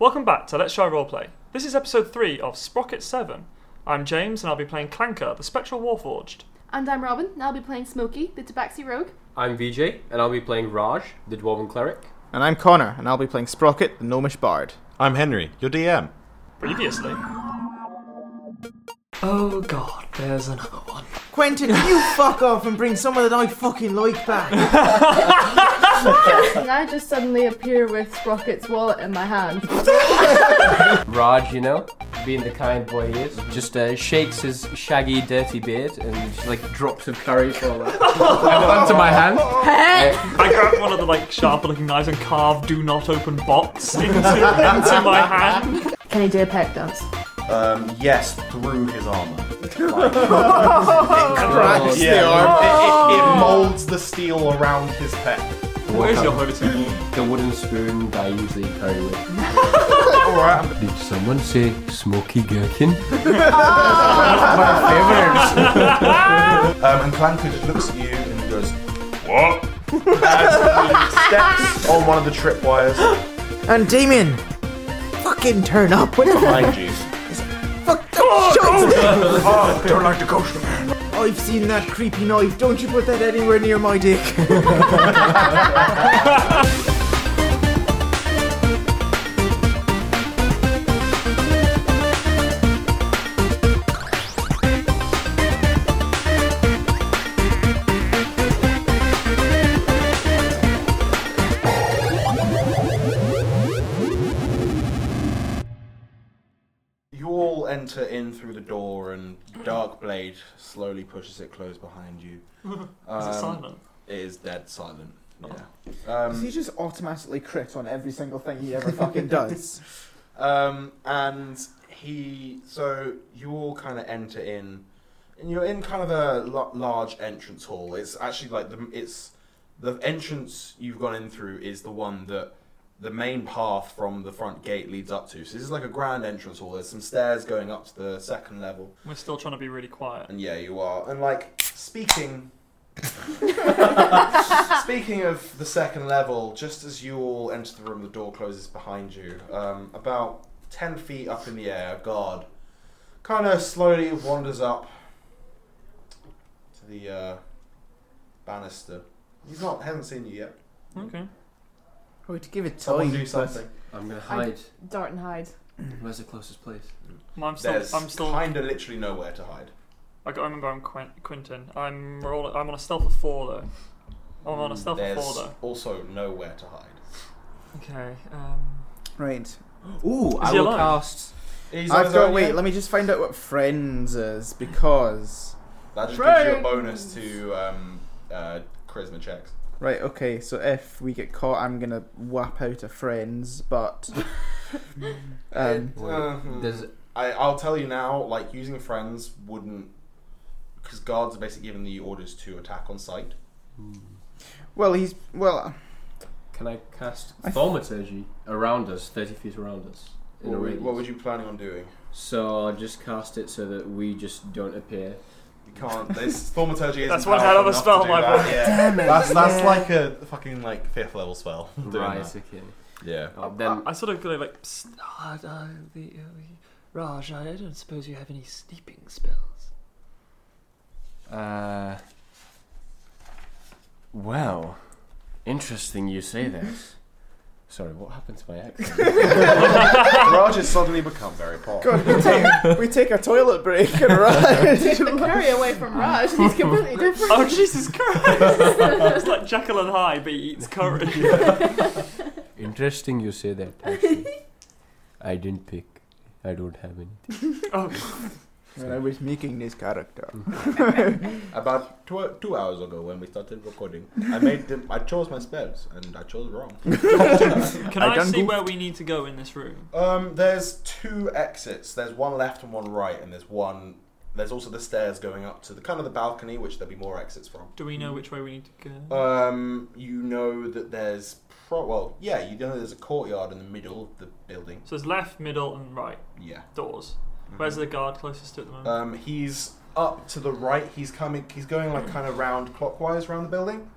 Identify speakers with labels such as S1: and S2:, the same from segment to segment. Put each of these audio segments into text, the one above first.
S1: Welcome back to Let's Try Roleplay. This is episode 3 of Sprocket 7. I'm James and I'll be playing Clanker, the Spectral Warforged.
S2: And I'm Robin, and I'll be playing Smokey, the Tabaxi Rogue.
S3: I'm VJ, and I'll be playing Raj, the Dwarven Cleric.
S4: And I'm Connor, and I'll be playing Sprocket, the Gnomish Bard.
S5: I'm Henry, your DM.
S1: Previously. Oh god, there's another one.
S4: Quentin, you fuck off and bring someone that I fucking like back.
S2: And I just suddenly appear with Sprocket's wallet in my hand.
S3: Raj, you know, being the kind boy he is, just uh, shakes his shaggy, dirty beard and just like drops of curry fall out onto my hand.
S1: I grabbed one of the like sharper looking knives and carved do not open box into, into my hand.
S2: Can I do a peck dance?
S6: Um, yes, through his armor.
S4: Cracks the arm.
S6: It, it, it molds the steel around his pec.
S1: Where's your hoodie?
S3: The wooden spoon that I usually carry with.
S6: All right.
S3: Did someone say smoky gherkin? my favorite.
S6: Um, and Clanker just looks at you and goes, "What?" and steps on one of the tripwires
S4: And Damien, fucking turn up. What the
S6: behind you.
S4: fuck? Oh, shut it.
S6: Oh, don't like the ghost man.
S4: I've seen that creepy knife. Don't you put that anywhere near my dick.
S6: You all enter in through the door, and Darkblade slowly pushes it closed behind you.
S1: Is
S6: Um,
S1: it silent?
S6: It is dead silent. Yeah.
S4: Does
S6: Um,
S4: he just automatically crit on every single thing he ever fucking does?
S6: Um, and he, so you all kind of enter in, and you're in kind of a l- large entrance hall. It's actually like the it's the entrance you've gone in through is the one that the main path from the front gate leads up to. So this is like a grand entrance hall. There's some stairs going up to the second level,
S1: We're still trying to be really quiet.
S6: and yeah, you are. And like speaking. Speaking of the second level, just as you all enter the room, the door closes behind you. Um, about 10 feet up in the air, a guard kind of slowly wanders up to the uh, banister. He's not, hasn't seen you yet.
S1: Okay.
S4: Or to give it
S6: Someone
S4: time.
S6: do something.
S3: I'm gonna hide.
S2: Dart and hide.
S3: Where's the closest place?
S1: Well, I'm still.
S6: There's
S1: I'm still.
S6: kind of literally nowhere to hide.
S1: I got. I remember I'm Quin- Quinton. I'm. Roll- I'm on a stealth of four though. Oh, I'm on a stealth of
S6: Mm, There's
S1: four though.
S6: also nowhere to hide.
S1: Okay. Um,
S4: Right.
S3: Ooh,
S1: I
S3: I
S1: he will
S3: will
S1: alive?
S3: cast.
S6: He's on
S4: I've
S6: his
S4: got.
S6: own
S4: Wait,
S6: yet?
S4: let me just find out what friends is because.
S6: That just gives you a
S2: Friends.
S6: bonus to um, uh, charisma checks.
S4: Right, okay, so if we get caught, I'm gonna whap out a friends, but. um,
S6: Mhm.
S3: There's
S6: I, I'll tell you now, like using friends wouldn't, because guards are basically giving the orders to attack on sight.
S4: well, he's. Well,
S3: Can I cast
S4: I th-
S3: thaumaturgy around us, 30 feet around us? In
S6: What
S3: a
S6: were,
S3: radius?
S6: what were you planning on doing?
S3: So I'll just cast it so that we just don't appear.
S6: You can't. This thaumaturgy is.
S1: That's one hell of a spell, my boy.
S6: Damn it. That's that's like a fucking like fifth level spell. doing
S3: right,
S6: that.
S3: okay.
S6: Yeah.
S3: Uh, then
S1: I sort of go like. "Psst, ah, uh, the, uh, Raj, I don't suppose you have any sleeping spells.
S3: Uh, well, interesting you say this. Sorry, what happened to my accent?
S6: Raj has suddenly become very popular.
S4: God, we take, we take a toilet break and
S2: Take the
S4: ride.
S2: curry away from Raj, and he's completely different.
S1: Oh Jesus Christ! it's like Jekyll and Hyde, but he eats curry.
S3: interesting you say that. actually. I didn't pick. I don't have anything.
S1: oh,
S4: when I was making this character.
S6: About two, two hours ago, when we started recording, I made them. I chose my spells, and I chose wrong.
S1: can
S4: I
S1: I,
S4: done
S1: see
S4: goofed.
S1: where we need to go in this room?
S6: Um, there's two exits. There's one left and one right, and there's one. There's also the stairs going up to the kind of the balcony, which there'll be more exits from.
S1: Do we know which way we need to go?
S4: Uh,
S6: Um, you know that there's pro. Well, yeah, you know there's a courtyard in the middle of the building.
S1: so it's left, middle, and right
S6: Yeah.
S1: doors.
S6: Mm-hmm.
S1: Where's the guard closest to at the
S4: Uh,
S1: moment?
S6: Um, he's up to the right. He's coming. He's going like kind of round clockwise around the building.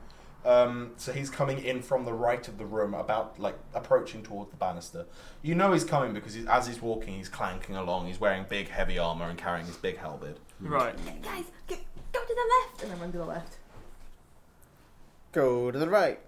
S6: Um, so he's coming in from the right of the room, about like approaching towards the banister. You know he's coming because he's, as he's walking, he's clanking along. He's wearing big, heavy armor and carrying his big halberd.
S1: Right.
S2: Guys, go, go to the left, and then run to the left.
S4: Go to the right.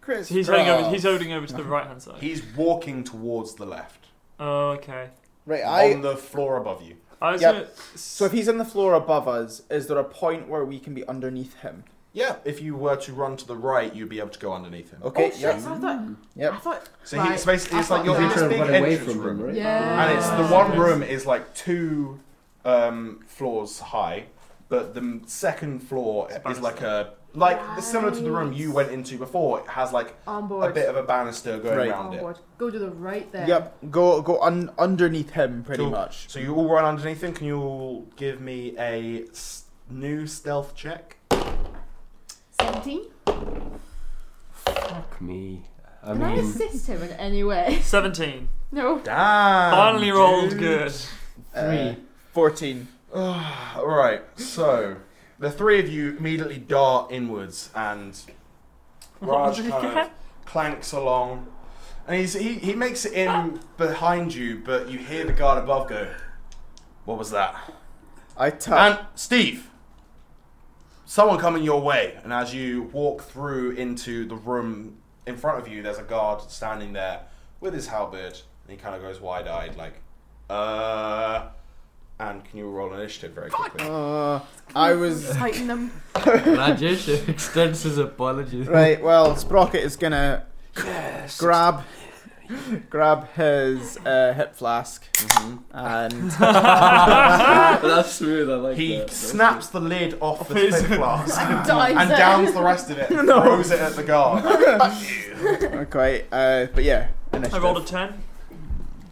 S4: Chris.
S1: So he's
S4: Rock.
S1: heading over. He's holding over to
S4: uh-huh.
S1: the right hand side.
S6: He's walking towards the left
S1: Oh, okay.
S4: Right, I.
S6: on the floor above you.
S1: I was
S4: Yep.
S1: gonna-
S4: So if he's on the floor above us, is there a point where we can be underneath him?
S6: Yeah, if you were to run to the right, you'd be able to go underneath him.
S4: Okay,
S2: oh shit!
S4: yep.
S2: So I thought.
S4: Yep.
S2: I thought.
S6: So
S2: right.
S6: he's basically
S2: I
S6: it's like
S2: thought
S6: you're in
S2: that-
S6: this big
S3: run away
S6: entrance
S3: from
S6: room,
S3: him, right?
S2: Yeah.
S6: and it's the one room is like two um, floors high, but the m- second floor is
S1: banister.
S6: like a like similar to the room you went into before. It has like
S2: On
S6: a
S2: board.
S6: bit of a banister going
S4: Right.
S6: around
S2: on
S6: it.
S2: board. Go to the right there.
S4: Yep. Go go un- underneath him, pretty
S6: Cool.
S4: much.
S6: So you all run underneath him. Can you all give me a s- new stealth check?
S2: Seventeen.
S3: Fuck me. I
S2: Can I
S3: mean,
S2: assist him in any way?
S1: Seventeen.
S2: No.
S4: Ah,
S6: Damn!
S1: Finally rolled
S6: dude.
S1: good.
S4: Uh,
S3: Three.
S4: Fourteen.
S6: All right, so the three of you immediately dart inwards, and Raj
S1: What?
S6: kind of clanks along, and he's, he he makes it in behind you, but you hear the guard above go, "What was that?"
S4: I tap.
S6: And Steve, someone coming your way, and as you walk through into the room in front of you, there's a guard standing there with his halberd, and he kind of goes wide-eyed, like, "Uh," and can you roll initiative very quickly?
S4: Uh, I was
S2: Tighten them.
S3: Rajesh extends his apologies.
S4: right. Well, Sprocket is gonna
S3: Yes.
S4: grab grab his uh, hip flask
S6: Mm-hmm.
S4: and
S3: That's smooth. I like
S6: He
S3: that. That's
S6: snaps the lid off the
S1: His-
S6: tip glass and
S2: Dives in.
S6: downs the rest of it and throws it at the guard.
S4: okay. Uh, but yeah,
S1: I
S4: initiative.
S1: rolled a ten.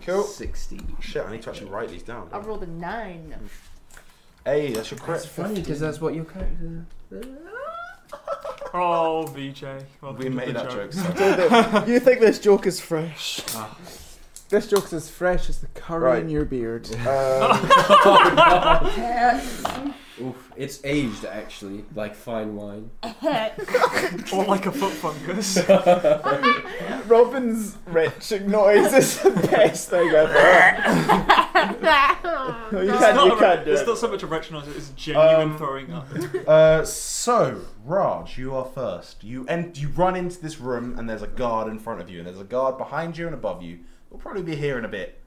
S6: Cool.
S3: 60.
S6: Shit, I need to actually write these down.
S2: I rolled a nine.
S6: Hey, that's your crit.
S3: Funny, because that's what your character.
S1: Oh, VJ. Welcome
S6: We
S1: to the
S6: made that joke. So.
S4: you think this joke is fresh? This joke's as fresh as the curry
S6: Right.
S4: in your beard.
S6: Um,
S3: Oof, it's aged actually, like fine wine.
S1: Or like a foot fungus.
S4: Robin's retching noise is the best thing ever. No, you
S1: It's
S4: can't.
S1: not
S4: You
S1: a-
S4: can't do
S1: It's
S4: it.
S1: not so much a retro noise, it's genuine
S6: Um,
S1: throwing up.
S6: uh, so, Raj, you are first. You and you run into this room and there's a guard in front of you and there's a guard behind you and above you. We'll probably be here in a bit.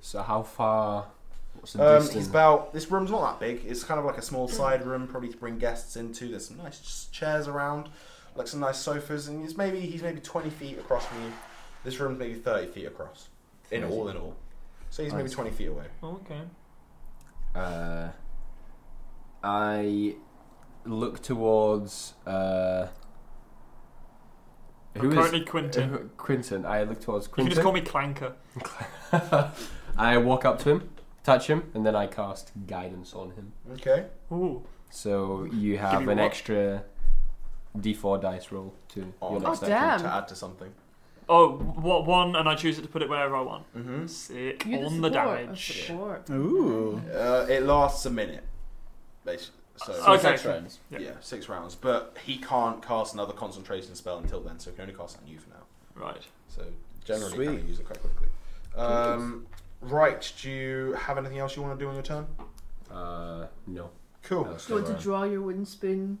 S3: So how far? What's the
S6: Um,
S3: distance?
S6: it's about this room's not that big. It's kind of like a small side room, probably to bring guests into. There's some nice s- chairs around, like some nice sofas, and he's maybe he's maybe 20 feet across from you. This room's maybe 30 feet across, in all in all. So he's maybe
S3: Nice.
S6: 20 feet away.
S1: Oh, okay.
S3: uh, I look towards. Uh,
S1: I'm currently Quinton.
S3: who- Uh, Quinton. I look towards
S1: You can just call
S3: Quinton.
S1: me Clanker.
S3: I walk up to him, touch him, and then I cast guidance on him.
S6: Okay.
S1: Ooh.
S3: So you have
S6: me
S3: an
S6: what?
S3: extra d4 dice roll to
S6: On
S3: your
S6: oh,
S3: next
S2: Oh,
S3: action.
S1: Um,
S2: damn.
S6: to add to something.
S1: Oh, what one, and I choose it to put it wherever I want.
S6: Mm-hmm.
S1: Sick.
S2: You
S1: on the
S2: support,
S1: damage.
S2: support.
S4: Ooh.
S6: Uh, it lasts a minute, basically. So
S1: Okay.
S4: Six rounds.
S1: Yeah.
S6: yeah, six rounds. But he can't cast another concentration spell until then, so he can only cast it on you for now.
S1: Right.
S6: So generally,
S4: Sweet.
S6: kind of use it quite quickly. Um, right. Do you have anything else you want to do on your turn?
S3: Uh, no.
S6: Cool.
S3: That's
S2: Do you want to
S3: alright.
S2: draw your wooden spoon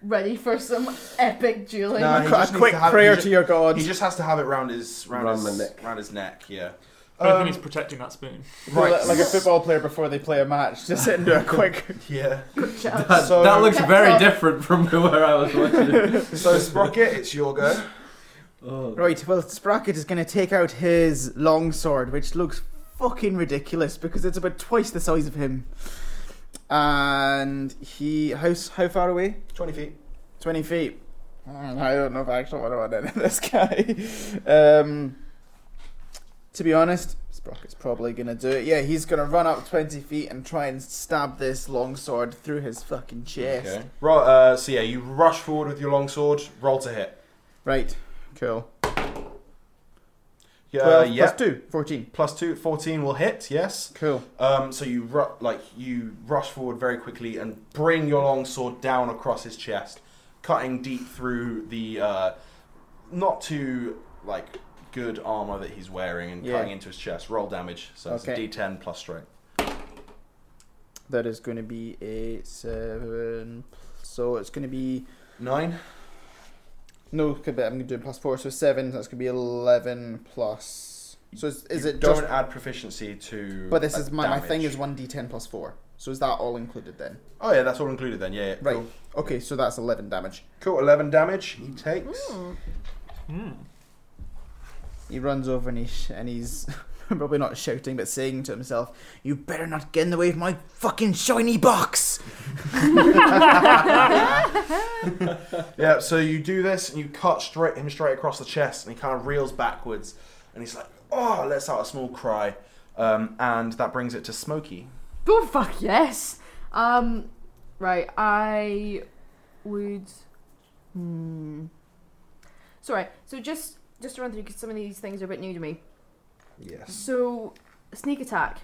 S2: ready for some epic dueling?
S6: No, he
S4: A
S6: just needs
S4: quick
S6: to have-
S4: prayer to
S6: he ju-
S4: your god.
S6: He just has to have it round his round,
S3: Round
S6: his,
S3: my neck.
S6: round his neck. Yeah.
S1: I think
S6: Um,
S1: he's protecting that spoon.
S6: right.
S4: Like a football player before they play a match, just sit and do a quick.
S6: yeah.
S2: Shut up.
S3: That,
S6: So-
S3: that looks
S2: That's
S3: very
S2: all.
S3: different from where I was watching it.
S6: So Sprocket, it's your go.
S3: Oh.
S4: Right, well, Sprocket is going to take out his longsword, which looks fucking ridiculous because it's about twice the size of him. And he. How, s- how far away?
S6: Twenty feet.
S4: 20 feet. Mm, I don't know if I actually want to run into this guy. Um, to be honest, Sprocket's probably going to do it. Yeah, he's going to run up 20 feet and try and stab this longsword through his fucking chest.
S6: Okay. Right. Uh, so yeah, you rush forward with your longsword. Roll to hit.
S4: Right, cool.
S6: Yeah.
S4: 12
S6: Uh, yeah.
S4: plus 2, 14.
S6: Plus two, 14 will hit, yes.
S4: Cool.
S6: Um, so you ru- like you rush forward very quickly and bring your longsword down across his chest, cutting deep through the uh, not too like good armor that he's wearing and
S4: Yeah.
S6: cutting into his chest. Roll damage. So
S4: Okay.
S6: it's a D10 plus strength.
S4: That is going to be a seven. So it's going to be
S6: Nine.
S4: no. could be- I'm doing plus four, so seven. That's going to be eleven plus. So is, is
S6: You
S4: it
S6: don't
S4: just?
S6: add proficiency to?
S4: But this
S6: uh,
S4: is my, my thing
S6: damage.
S4: is one d10 plus four. So is that all included then?
S6: Oh yeah, that's all included then. Yeah. yeah.
S4: Right.
S6: Cool.
S4: Okay, so that's eleven damage.
S6: Cool, Eleven damage he takes.
S4: He runs over and, he sh- and he's probably not shouting, but saying to himself, "You better not get in the way of my fucking shiny box."
S6: Yeah, so you do this and you cut straight him straight across the chest, and he kind of reels backwards, and he's like, "Oh!" lets out a small cry, um, and that brings it to Smokey.
S2: Oh fuck yes. Um, right. I would. Hmm. Sorry. So just just to run through because some of these things are a bit new to me.
S6: Yes.
S2: So sneak attack.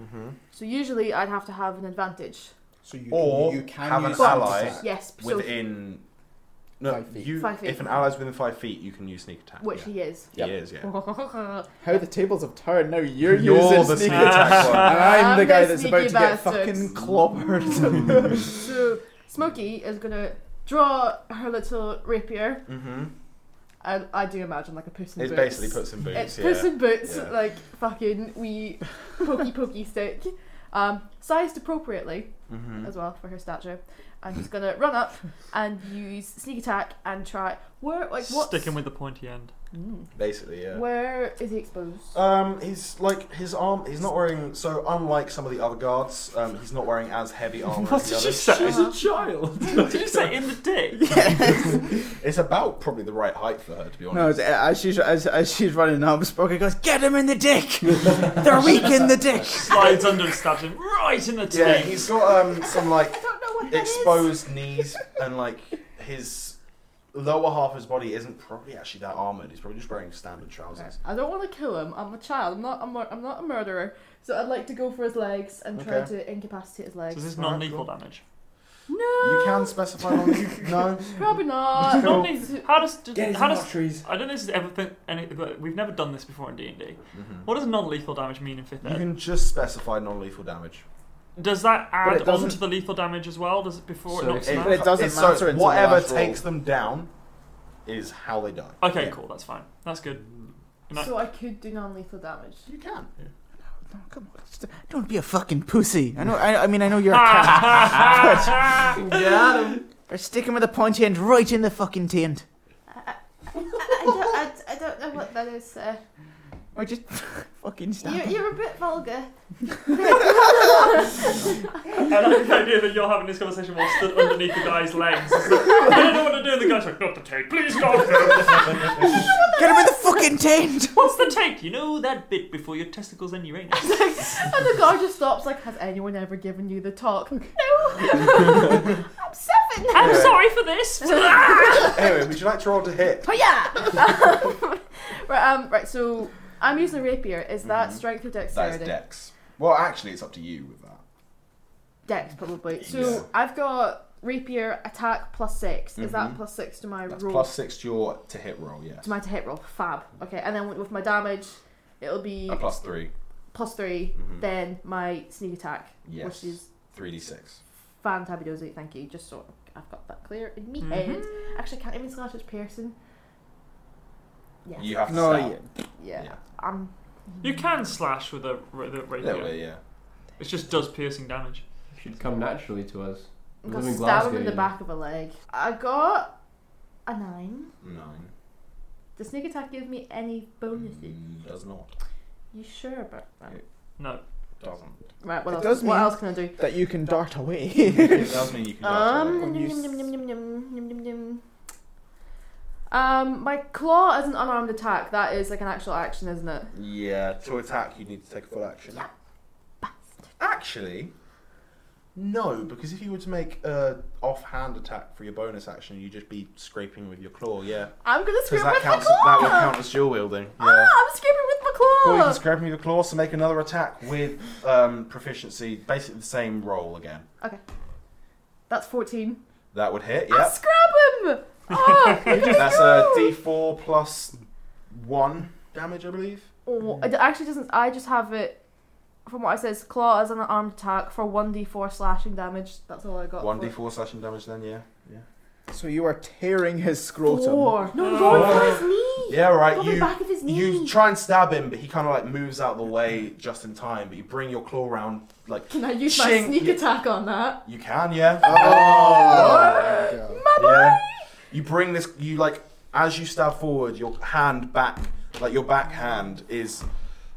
S6: Mm-hmm.
S2: So usually I'd have to have an advantage.
S4: So you
S6: Or
S4: you can
S6: have an
S4: use
S6: ally.
S4: sneak attack.
S2: Yes. So
S6: Within no,
S4: Five feet.
S6: you
S2: Five feet.
S6: if an ally's within five feet, you can use sneak attack.
S2: which
S6: yeah.
S2: he Oh. is.
S6: He is, yeah.
S4: How the tables have turned. Now you're,
S6: You're
S4: using
S6: the
S4: sneak
S6: sneak
S4: attack.
S6: attack one.
S4: And I'm
S2: I'm
S4: the guy
S2: the
S4: that's
S2: sneaky
S4: about to get
S2: bastard.
S4: fucking clobbered.
S2: so Smokey is gonna draw her little rapier.
S6: Mm-hmm.
S2: I, I do imagine like a puss in
S6: It
S2: boots.
S6: basically puts in boots.
S2: It's
S6: yeah.
S2: puss in boots,
S6: Yeah.
S2: like fucking wee pokey pokey stick. Um, sized appropriately
S6: Mhm.
S2: as well for her stature. And she's gonna run up and use sneak attack and try. Where like what?
S1: Sticking with the pointy end.
S6: Basically, yeah.
S2: Where is he exposed?
S6: Um, he's like his arm. He's not wearing so unlike some of the other guards. Um, he's not wearing as heavy armor
S1: What
S6: as the
S1: did you
S6: others.
S1: say? As
S2: Uh-huh.
S1: a child? did you say in the dick?
S6: It's about probably the right height for her, to be honest.
S4: no, it's- uh, as she's as, as she's running up, Spoker goes, "Get him in the dick! They're weak in the dick."
S1: Slides under and stabs him right in the teeth.
S6: Yeah, he's got um, some like
S2: I don't know what that is.
S6: exposed knees and like his lower half of his body isn't probably actually that armored. He's probably just wearing standard trousers.
S2: I don't want to kill him. I'm a child. I'm not. I'm, not- I'm not a murderer. So I'd like to go for his legs and try
S6: Okay.
S2: to incapacitate his
S1: So
S2: legs.
S1: this is non-lethal damage.
S2: No,
S6: You can specify on no.
S2: probably not.
S1: Not lethal- How does how does
S4: trees.
S1: I don't know if this is ever been any, but we've never done this before in D and D. What does non-lethal damage mean in fifth
S6: You
S1: ed?
S6: can just specify non-lethal damage.
S1: Does that
S4: it
S1: add on
S4: doesn't-
S1: to the lethal damage as well? Does it before
S3: So
S1: it knocks
S3: it-
S1: them
S4: But
S1: out?
S4: it doesn't
S6: It's
S4: matter
S6: So
S4: until
S6: whatever
S4: last roll.
S6: takes them down is how they die.
S1: Okay,
S4: yeah.
S1: cool. That's fine. That's good. And I-
S2: So I could do non-lethal damage.
S6: You can.
S4: Oh, come on, just- don't be a fucking pussy. I know. I, I mean, I know you're a
S1: Ah.
S4: cat, but stick him with a pointy end right in the fucking taint.
S2: I don't, I, I don't know what that is. Uh,
S4: Or just fucking stab
S2: you're,
S4: him.
S2: you're a bit vulgar.
S1: And I like the idea that you're having this conversation while stood underneath the guy's legs. It's like, I don't know what to do. And the guy's like, not the take. Please God, no.
S4: Get him in the fucking taint.
S1: What's the take? You know that bit before your testicles and your anus.
S2: And the guard just stops. Like, has anyone ever given you the talk? No. I'm seven.
S1: I'm sorry for this.
S6: Anyway, would you like to roll to hit?
S2: But yeah. right. Um. Right. So I'm using a rapier. Is that
S6: Mhm.
S2: strength or dexterity?
S6: That is Dex. Well, actually, it's up to you with that.
S2: Dex, probably. So
S6: Yeah.
S2: I've got rapier attack plus six. Is that
S6: Mhm.
S2: plus six to my
S6: That's
S2: roll?
S6: plus six to your to hit roll. Yeah.
S2: To my to hit roll. Fab. Okay. And then with my damage, it'll be
S6: A Uh, plus three.
S2: plus 3
S6: Mhm.
S2: Then my sneak attack,
S6: Yes.
S2: which is
S6: Three d six.
S2: fantabby dozy. Thank you. Just so I've got that clear in me
S6: Mm-hmm.
S1: Mhm.
S2: head. Actually, I can't even slash it's Pearson. Yeah.
S6: You have to.
S4: No,
S6: stab.
S4: yeah.
S2: yeah.
S6: yeah.
S2: Um.
S1: You can slash with a, with a
S6: Yeah,
S1: rapier.
S6: well, yeah.
S1: It just does piercing damage.
S3: should come naturally to us.
S2: I'm
S3: Live
S2: gonna stab him
S3: in Glasgow,
S2: in the
S3: you know.
S2: back of a leg. I got a nine.
S6: Nine.
S2: Does sneak attack give me any bonuses?
S6: Mm, Does not.
S2: You sure about that?
S1: No.
S6: Doesn't.
S2: Right, what
S4: It
S2: else?
S4: does
S2: what
S4: mean-
S2: else can I do?
S4: That you can dart away.
S6: it does mean you can.
S2: Um,
S6: Um.
S4: Or
S2: num,
S4: use-
S2: num, num, num, num, num, num, num, num. um, my claw is an unarmed attack. That is like an actual action, isn't it?
S6: Yeah. To attack, you need to take a full action.
S2: Yeah.
S6: Actually, no, because if you were to make a offhand attack for your bonus action, you'd just be scraping with your claw. Yeah.
S2: I'm gonna scrape
S6: Because
S2: with
S6: that
S2: my
S6: counts.
S2: claw.
S6: That would count as dual wielding. Yeah.
S2: Ah, I'm scraping with my claw.
S6: Well, you can scrape him with your claws to make another attack with um, proficiency, basically the same roll again.
S2: That's 14.
S6: That would hit,
S2: I
S6: yep.
S2: scrap him. him! Oh,
S6: That's a D4 plus one damage, I believe.
S2: oh, it actually doesn't. I just have it. From what I said, it's claw as an armed attack for one d4 slashing damage. That's all I got.
S6: One
S2: for it.
S6: D4 slashing damage, then yeah, yeah.
S4: So you are tearing his scrotum.
S2: Four. No,
S1: Oh.
S2: roll for his knee.
S6: Yeah, right.
S2: Roll the
S6: You
S2: back of his knee.
S6: you try and stab him, but he kind of like moves out of the way just in time. But you bring your claw round, like
S2: Can I use my
S6: Shing.
S2: sneak
S6: Yeah.
S2: attack on that?
S6: you can, yeah.
S4: Oh, there we go.
S6: Yeah. You bring this. You like as you stab forward, your hand back, like your back hand is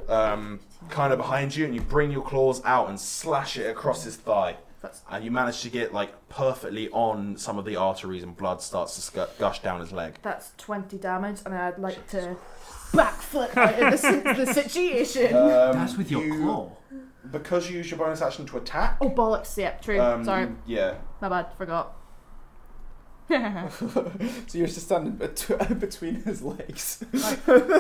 S6: um, kind of behind you, and you bring your claws out and slash it across his thigh.
S2: That's-
S6: And you manage to get like perfectly on some of the arteries, and blood starts to scu- gush down his leg.
S2: That's 20 damage, and I'd like to backflip out of the, si- the situation.
S6: Um, you- Because you use your bonus action to attack.
S2: oh, bollocks. Yep, true.
S6: um,
S2: Sorry.
S6: Yeah.
S2: My bad. Forgot.
S4: So you're just standing bet- between his legs.
S6: Yeah,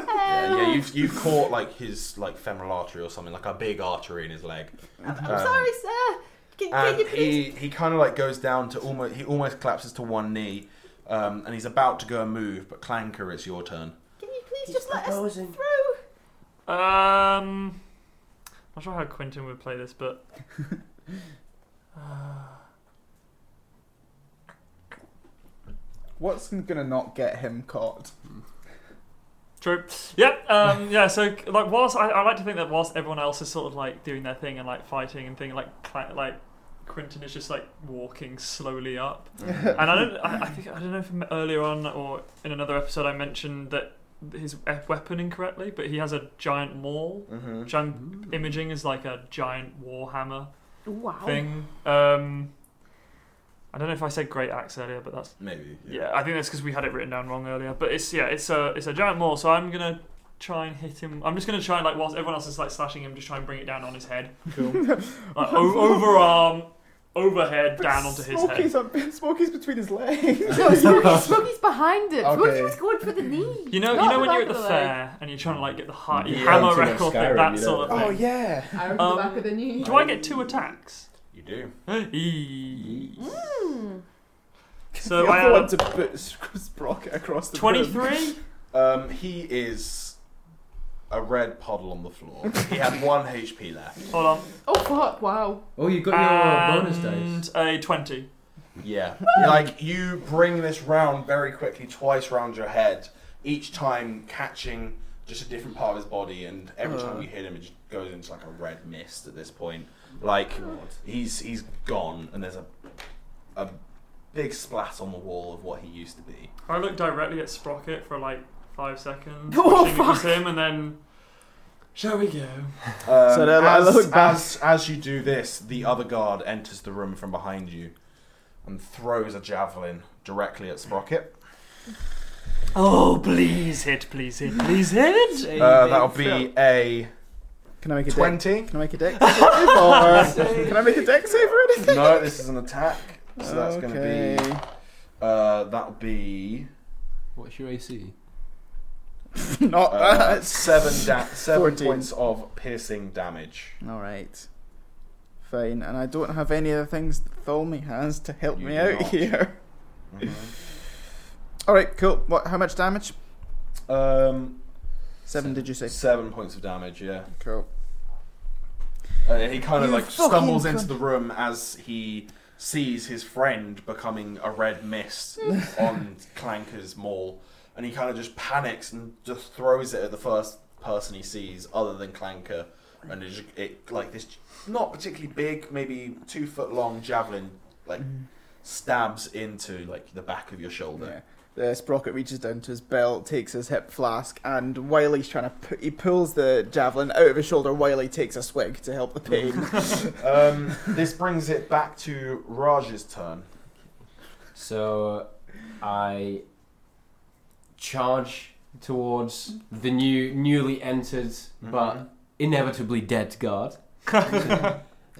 S6: yeah, you've you've caught like his like femoral artery or something, like a big artery in his leg.
S2: I'm sorry, sir. Can, can
S6: Um, And
S2: you please?
S6: he he kind of like goes down to almost he almost collapses to one knee, um, and he's about to go and move, but Clanker, it's your turn.
S2: Can you please just let us
S3: proposing.
S2: through?
S1: Um, I'm not sure how Quentin would play this, but. Uh,
S4: What's gonna not get him caught?
S1: True. Yep. Um, yeah. So, like, whilst I, I like to think that whilst everyone else is sort of like doing their thing and like fighting and thing, like, cla like Quentin is just like walking slowly up. and I don't. I, I think I don't know if m- earlier on or in another episode I mentioned that his e- weapon incorrectly, but he has a giant maul,
S6: Mm-hmm.
S1: which I'm imaging is like a giant warhammer
S2: Wow.
S1: thing. Um, I don't know if I said great axe earlier, but that's
S6: Maybe.
S1: yeah, I think that's because we had it written down wrong earlier. But it's yeah, it's a it's a giant maul. So I'm gonna try and hit him. I'm just gonna try and like whilst everyone else is like slashing him, just try and bring it down on his head.
S6: Cool.
S1: Like o- overarm, overhead, down onto his head.
S4: Smokey's, up, Smokey's between his legs.
S2: No, Smokey, Smokey's behind it. Smokey
S4: Okay.
S2: was going for the knee.
S1: You know, you
S2: Not
S1: know when
S2: back
S1: you're at the
S2: of
S1: fair and you're trying to like get the high
S6: Yeah,
S1: hammer
S6: it's like
S1: record
S6: Skyrim,
S1: thing, that
S6: you know.
S1: sort of
S4: Oh
S1: thing.
S4: yeah.
S2: leg. Arm to
S1: Um,
S2: the back of the knee.
S1: Do I get two attacks?
S6: You do.
S1: Eee.
S2: Hmm.
S1: so
S4: the
S1: I
S4: other one
S1: have
S4: to put Sprocket across the room.
S1: twenty-three.
S6: Um, he is a red puddle on the floor. he had one HP left.
S1: Hold on,
S2: Oh, fuck. Wow.
S3: Oh, you got your uh, bonus
S1: and
S3: dice.
S1: a twenty.
S6: Yeah. like you bring this round very quickly, twice round your head, each time catching just a different part of his body, and every
S1: Uh.
S6: time you hit him, it just goes into like a red mist. At this point, like he's he's gone, and there's a a big splat on the wall of what he used to be.
S1: I looked directly at Sprocket for like five seconds,
S2: Oh,
S1: wishing it was him, and then. Shall we go?
S6: Um,
S4: So then I
S6: as,
S4: look back.
S6: as as you do this, the other guard enters the room from behind you, and throws a javelin directly at Sprocket.
S1: Oh, please hit, please hit, please hit!
S6: Uh, that'll be a
S4: Can I make a deck?
S6: twenty.
S4: Can I make a deck? save or, can I make a deck save or anything?
S6: No, this is an attack. So that's going
S4: Okay.
S6: to be. Uh, that'll be
S3: What's your AC?
S4: not
S6: uh,
S4: that.
S6: seven da- seven
S4: 14.
S6: points of piercing damage.
S4: All right. Fine, and I don't have any of the things that Tholme has to help
S6: You
S4: me
S6: do
S4: out
S6: not.
S4: here. All right, cool. What? How much damage?
S6: Um,
S4: Seven, did you say?
S6: seven points of damage. Yeah,
S4: Cool.
S6: uh, he kind of
S4: You
S6: like
S4: fucking
S6: stumbles into
S4: cunt.
S6: the room as he sees his friend becoming a red mist on Clanker's maul, and he kind of just panics and just throws it at the first person he sees, other than Clanker, and it, just, it like this not particularly big, maybe two foot long javelin like stabs into like the back of your
S4: Yeah.
S6: shoulder.
S4: The sprocket reaches down to his belt, takes his hip flask, and while he's trying to, pu- he pulls the javelin out of his shoulder while he takes a swig to help the pain.
S6: Um, this brings it back to Raj's turn.
S3: So I charge towards the new, newly entered but inevitably dead guard.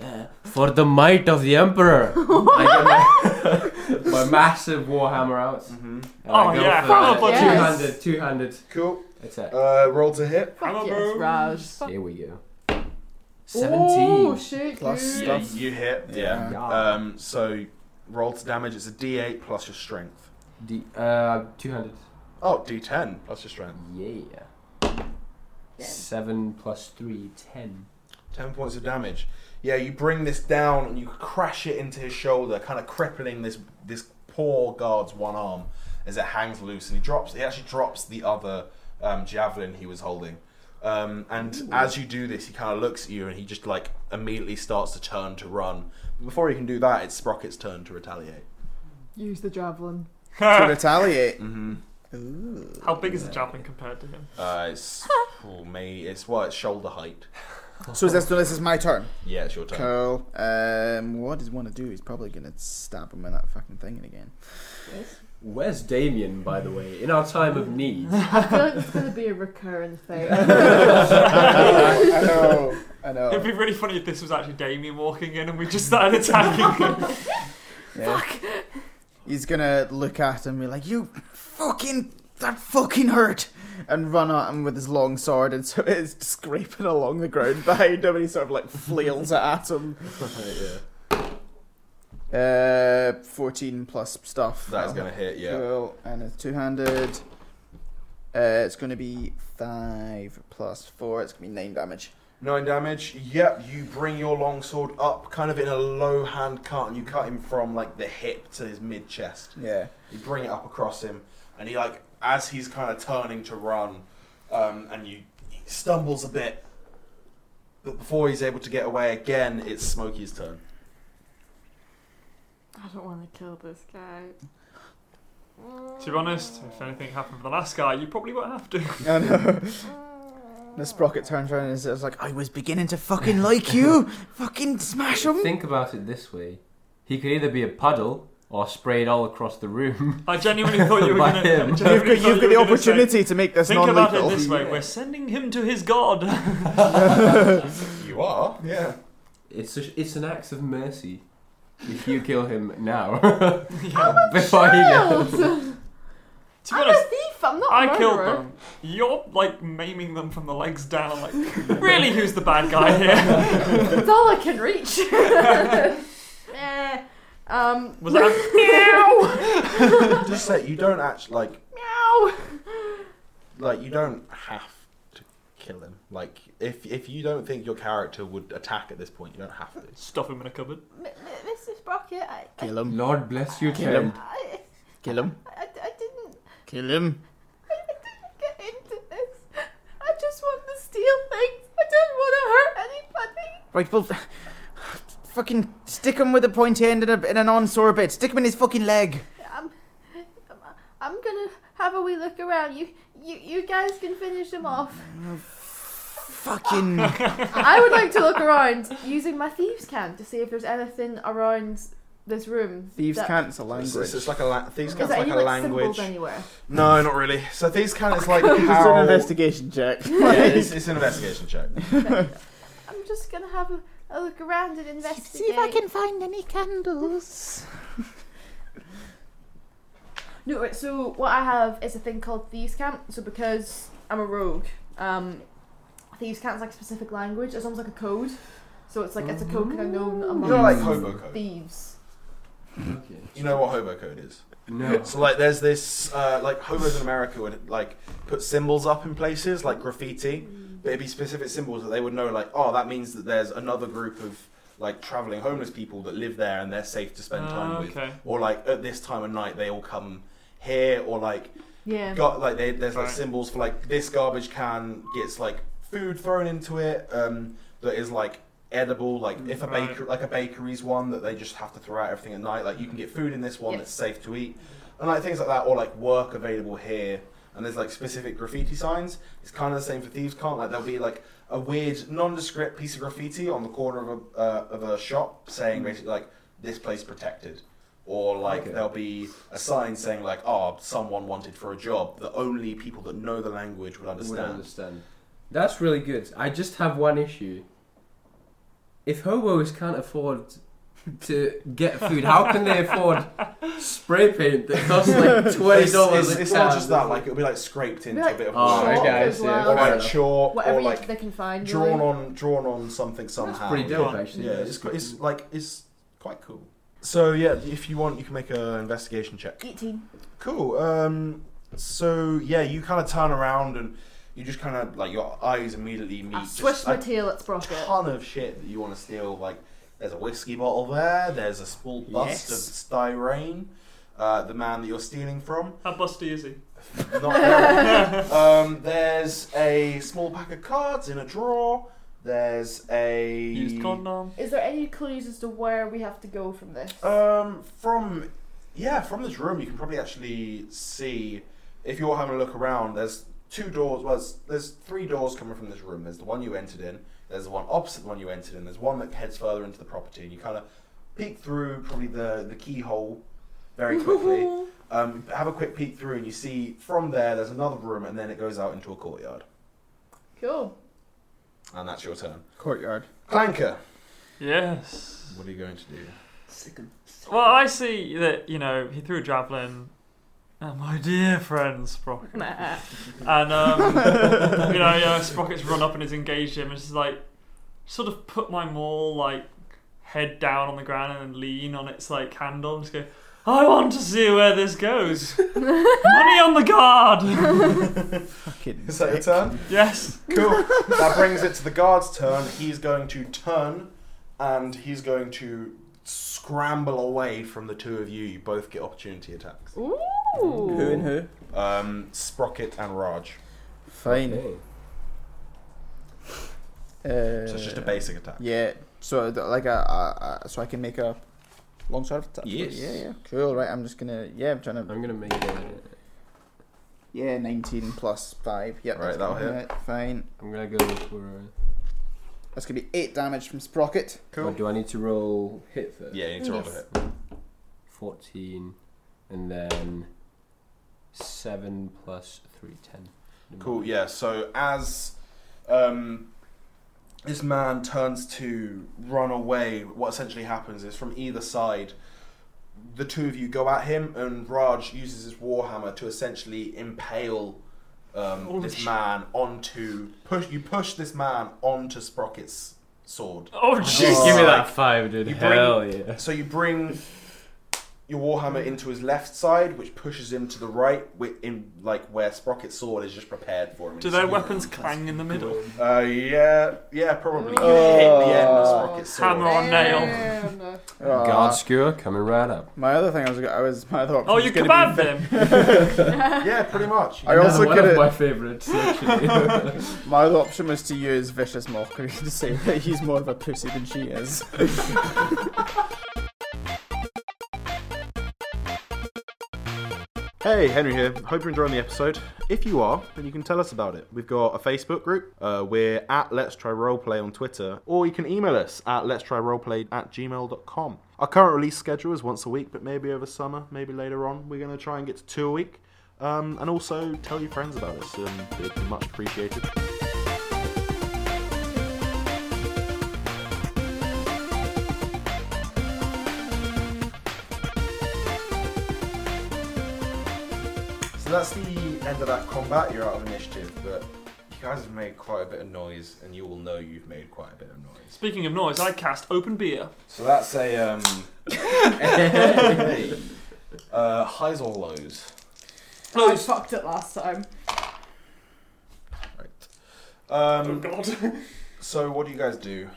S3: Uh, for the might of the emperor, I get my, my massive warhammer out.
S6: Mm-hmm.
S3: and I
S1: Oh,
S3: go
S1: yeah,
S3: for
S1: hammer
S3: a
S1: punches.
S3: two-handed, two-handed
S6: Cool.
S3: attack.
S6: Uh, roll to hit.
S1: Hammer
S2: Fuck yes,
S1: boom.
S2: Raj.
S3: Here we go.
S2: Oh,
S3: Seventeen.
S2: shoot.
S4: Plus-
S2: Oh, dude.
S6: Yeah,
S4: Stuff.
S6: you hit. Yeah.
S3: Yeah.
S6: Um, so roll to damage. It's a D8 plus your strength.
S3: D, uh, 200.
S6: Oh, D10. That's just strength.
S3: Yeah.
S2: Yeah.
S3: 7 plus 3, 10.
S6: 10 points of damage. Yeah, you bring this down and you crash it into his shoulder, kind of crippling this this poor guard's one arm as it hangs loose, and he drops. He actually drops the other um, javelin he was holding. Um, and as you do this, he kind of looks at you and he just like immediately starts to turn to run. But before he can do that, it's Sprocket's turn to retaliate.
S2: Use the javelin.
S4: to retaliate.
S6: Mm-hmm.
S4: Ooh.
S1: How big is the javelin compared to him?
S6: Uh, it's oh, me. It's well, it's shoulder height.
S4: So is this, so this is my turn.
S6: Yeah, it's your turn.
S4: Cool. Um, what does want to do? He's probably gonna stab him in that fucking thing again.
S3: Where's Damien, by the way, in our time of need?
S2: I feel like it's going to be a recurring thing.
S4: I know. I
S1: It'd
S6: Oh.
S4: know.
S1: be really funny if this was actually Damien walking in and we just started attacking him.
S4: Yeah. He's gonna look at him and be like, "You fucking that fucking hurt," and run at him with his long sword, and so it's scraping along the ground behind him, and he sort of like flails it at him.
S6: yeah.
S4: Uh, fourteen plus stuff.
S6: That is
S4: Oh.
S6: gonna hit. Yeah.
S4: Cool. And it's two handed. Uh, it's going to be five plus four. It's going to be nine damage.
S6: Nine damage. Yep, you bring your longsword up, kind of in a low hand cut, and you cut him from like the hip to his mid chest.
S4: Yeah.
S6: You bring it up across him, and he like as he's kind of turning to run, um, and you he stumbles a bit. But before he's able to get away again, it's Smokey's turn.
S2: I don't want to kill this guy.
S1: to be honest, if anything happened for the last guy, you probably won't have to.
S4: I know. The sprocket turns around and says, like, I was beginning to fucking like you. fucking smash him.
S3: Think about it this way he could either be a puddle or sprayed all across the room.
S1: I genuinely thought you were
S3: By
S1: going
S3: him.
S1: to.
S3: You've
S4: You've got, you've got the opportunity to make this
S1: Think
S4: non
S1: about it
S4: lethal.
S1: this way: we're sending him to his god.
S6: You are. Yeah.
S3: It's, a, it's an act of mercy if you kill him now. Before he goes.
S1: to be
S2: I'm a
S1: honest,
S2: thief, I'm not a
S1: I killed
S2: murderer.
S1: them. You're like maiming them from the legs down. Like, really, who's the bad guy here?
S2: It's all I can reach. Eh, um,
S1: Was that?
S2: meow,
S6: Just say you don't actually like
S2: meow.
S6: like you don't have to kill him. Like if if you don't think your character would attack at this point, you don't have to.
S1: Stuff him in a cupboard.
S2: M- m- Mr. Sprocket, I, I,
S4: Kill him.
S3: Lord bless you,
S4: Kill him.
S3: child.
S2: I,
S4: Kill him.
S2: I, I didn't,
S4: Kill him.
S2: I, I didn't get into this. I just want to steal things. I don't want to hurt anybody.
S4: Right, well. Fucking stick him with a pointy end in a, in a non sore bit. Stick him in his fucking leg.
S2: I'm, I'm gonna have a wee look around. You, you, you guys can finish them off.
S4: Fucking.
S2: I would like to look around using my thieves' can to see if there's anything around this room.
S4: Thieves'
S2: that-
S4: cant's a language.
S6: It's, it's, it's like a la- thieves
S2: Is
S6: cant's
S2: there
S6: like
S2: any
S6: a
S2: like
S6: language.
S2: symbols anywhere?
S6: No, not really. So thieves cant is like
S4: It's an
S6: how.
S4: investigation check.
S6: Yeah, it's, it's an investigation check.
S2: I'm just gonna have a, a look around and investigate.
S4: find any candles.
S2: No, wait, so what I have is a thing called thieves' camp. So because I'm a rogue, um, thieves' camp's like a specific language. It's almost like a code. So it's like it's a code kind of known among
S6: You know, like hobo code.
S2: thieves.
S3: Okay.
S6: You know what hobo code is.
S3: No.
S6: So like, there's this uh, like hobos in America would like put symbols up in places like graffiti, but it'd be specific symbols that they would know. Like, oh, that means that there's another group of like traveling homeless people that live there and they're safe to spend time
S1: Ah,
S6: with.
S1: okay.
S6: or like at this time of night they all come here or like
S2: Yeah.
S6: got like they, there's like
S1: Right.
S6: symbols for like this garbage can gets like food thrown into it um that is like edible like if a
S1: Right.
S6: baker like a bakery's one that they just have to throw out everything at night like you can get food in this one
S2: Yeah.
S6: that's safe to eat and like things like that or like work available here and there's like specific graffiti signs it's kind of the same for thieves can't like there'll be like a weird nondescript piece of graffiti on the corner of a uh, of a shop saying basically like this place protected or like
S3: Okay.
S6: there'll be a sign saying like oh someone wanted for a job that only people that know the language would
S3: would
S6: understand,
S3: understand. That's really good. I just have one issue. If hobos can't afford to get food, how can they afford spray paint that costs like twenty
S6: It's,
S3: dollars?
S6: it's- it's not just that like it'll be like scraped into a
S2: like,
S6: bit of
S3: Oh,
S2: Chalk
S6: wood,
S3: okay, I
S2: as
S3: see.
S2: well.
S3: Fair
S6: or like
S3: enough.
S6: chalk
S2: Whatever
S6: or
S2: you-
S6: like
S2: they can find.
S6: drawn
S2: really.
S6: on drawn on something somehow
S3: pretty
S1: dope,
S3: dope, actually.
S6: yeah it's, qu- it's like it's quite cool So yeah, if you want, you can make an investigation check.
S2: 18.
S6: Cool. Um, so yeah, you kind of turn around and you just kind of like your eyes immediately meet.
S2: I
S6: just
S2: swished my
S6: a
S2: tail at Sprocket.
S6: ton of shit that you want to steal. Like there's a whiskey bottle there. There's a small bust of
S4: Yes.
S6: Styrene, uh, the man that you're stealing from.
S1: How busty is he?
S6: Not really. um, there's a small pack of cards in a drawer. There's a
S1: Used condom.
S2: Is there any clues as to where we have to go from this?
S6: Um, from yeah, from this room, you can probably actually see if you're having a look around. There's two doors. Well, there's, there's three doors coming from this room. There's the one you entered in. There's the one opposite the one you entered in. There's one that heads further into the property, and you kind of peek through probably the the keyhole very quickly. um, have a quick peek through, and you see from there there's another room, and then it goes out into a courtyard,
S2: cool.
S6: and that's your turn.
S4: Courtyard.
S6: Clanker,
S1: Yes.
S6: what are you going to do?
S1: Well, I see that, you know, he threw a javelin at my dear friend Sprocket.
S2: Nah.
S1: And, um, you know, yeah, Sprocket's run up and has engaged him and just like, sort of put my maul, like, head down on the ground and then lean on its, like, handle and just go, I want to see where this goes. Money on the guard.
S4: Fucking
S6: Is that your turn?
S1: yes.
S6: Cool. that brings it to the guard's turn. He's going to turn and he's going to scramble away from the two of you. You both get opportunity attacks.
S2: Ooh.
S4: Who and who?
S6: Um, Sprocket and Raj.
S4: Fine.
S3: Okay.
S4: Uh,
S6: So it's just a basic attack.
S4: Yeah. So th- like a, a, a so I can make a long sword attack.
S3: Yes.
S4: Yeah, yeah. Cool. Right. I'm just gonna. Yeah. I'm trying to.
S3: I'm gonna make a,
S4: Yeah. 19 plus five. Yep.
S6: Right,
S4: that's
S6: that'll
S4: gonna
S6: hit.
S4: it. Fine.
S3: I'm gonna go for.
S4: That's gonna be eight damage from Sprocket.
S3: Cool. do I need to roll hit first?
S6: Yeah, you need to roll a
S2: Yes.
S6: hit.
S3: 14 and then 7 plus 3 10
S6: Cool, yeah. So as um, this man turns to run away, what essentially happens is from either side, the two of you go at him, and Raj uses his warhammer to essentially impale
S1: Holy
S6: um, this
S1: shit.
S6: man onto push. You push this man onto Sprocket's sword.
S1: Oh, jeez.
S6: give me that
S3: 5 dude
S6: You bring- Hell
S3: yeah
S6: So you bring your warhammer into his left side, which pushes him to the right, wi- in like where Sprocket's sword is just prepared for him.
S1: Do
S6: He's-
S1: their weapons clang in the middle?
S6: Uh, yeah, yeah, probably. You
S4: Oh.
S6: hit the end of Sprocket's sword.
S1: Hammer
S3: Oh,
S1: on nail.
S2: nail.
S6: Oh
S4: Aw.
S3: God skewer coming right up
S4: My other thing I was. go- I was. My other option
S1: Oh,
S4: was
S1: you
S4: gonna be
S1: command
S4: fa-
S1: them.
S6: Yeah, pretty much.
S4: I also
S3: one
S4: could
S3: of my
S4: have.
S3: favourites actually
S4: My other option was to use vicious mockery to say that he's more of a pussy than she is.
S6: Hey, Henry here. Hope you're enjoying the episode. If you are, then you can tell us about it. We've got a Facebook group. Uh, we're at Let's Try Roleplay on Twitter, or you can email us at Let's Try Roleplay at gmail.com. Our current release schedule is once a week, but maybe over summer, maybe later on, we're going to try and get to two a week. Um, and also tell your friends about us, um, it'd be much appreciated. So that's the end of that combat. You're out of initiative, but you guys have made quite a bit of noise, and you will know you've made quite a bit of noise.
S1: Speaking of noise, I cast open beer.
S6: So that's a um, uh, highs or lows.
S2: Oh, I fucked it last time.
S1: Oh,
S6: Um,
S1: God.
S6: so what do you guys do?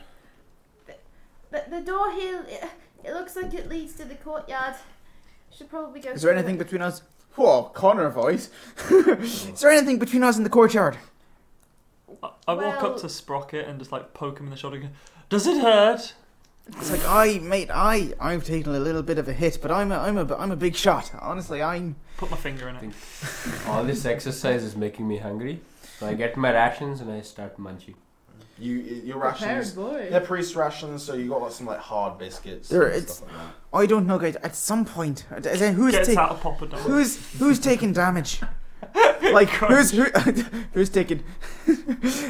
S5: The, the door here, it, it looks like it leads to the courtyard. Should probably go.
S4: Is there
S5: through
S4: anything
S5: it.
S4: between us? Whoa, Connor voice. is there anything between us and the courtyard?
S1: I, I walk
S5: Well-
S1: up to Sprocket and just like poke him in the shoulder. and go, Does it hurt?
S4: It's like, I, mate, I, I've taken a little bit of a hit, but I'm a, I'm a, I'm a big shot. Honestly, I'm.
S1: Put my finger in it.
S3: all this exercise is making me hungry so I get my rations and I start munching
S6: You your
S2: Prepared
S6: rations.
S2: boy.
S6: They're priest rations, so you got like some like hard biscuits.
S4: There-
S6: and
S4: it's-
S6: stuff like that.
S4: I don't know, guys. At some point, is it- who's
S1: Gets
S4: ta-
S1: out of Poppadom.
S4: who's who's taking damage? Like who's who, who's taking?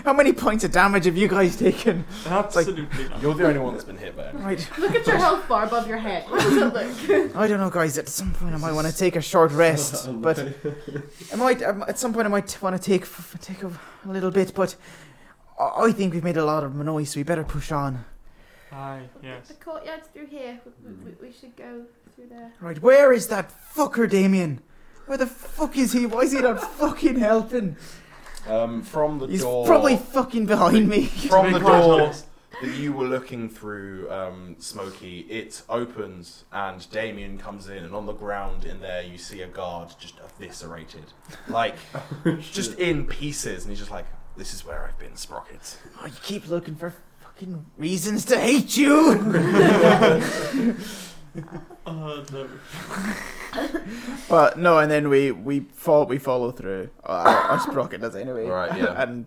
S4: How many points of damage have you guys taken?
S1: Absolutely not.
S6: You're the only one that's been hit by it.
S4: Right.
S2: Look at your health bar above your head. What does it look?
S4: I don't know, guys. At some point, I might want to take a short rest, but I might um, at some point I might want to take f- take a, a little bit. But I I think we've made a lot of noise, so we better push on.
S1: Aye,
S5: The-
S1: yes.
S5: The courtyard's through here. We, we,
S3: Mhm.
S5: we should go through there.
S4: Right, where is that fucker, Damien? Where the fuck is he? Why is he not fucking helping?
S6: Um, from the
S4: He's
S6: door.
S4: probably fucking behind me.
S6: from the
S1: Big black
S6: door
S1: holes.
S6: that you were looking through, um, Smoky. It opens and Damien comes in, and on the ground in there, you see a guard just eviscerated, like
S4: Oh,
S6: just in pieces, and he's just like, "This is where I've been, Sprocket."
S4: Oh, you keep looking for fucking reasons to hate you.
S1: Uh, no.
S4: But no, and then we we follow we follow through. Uh, our, our sprocket does anyway.
S6: Right, yeah.
S4: And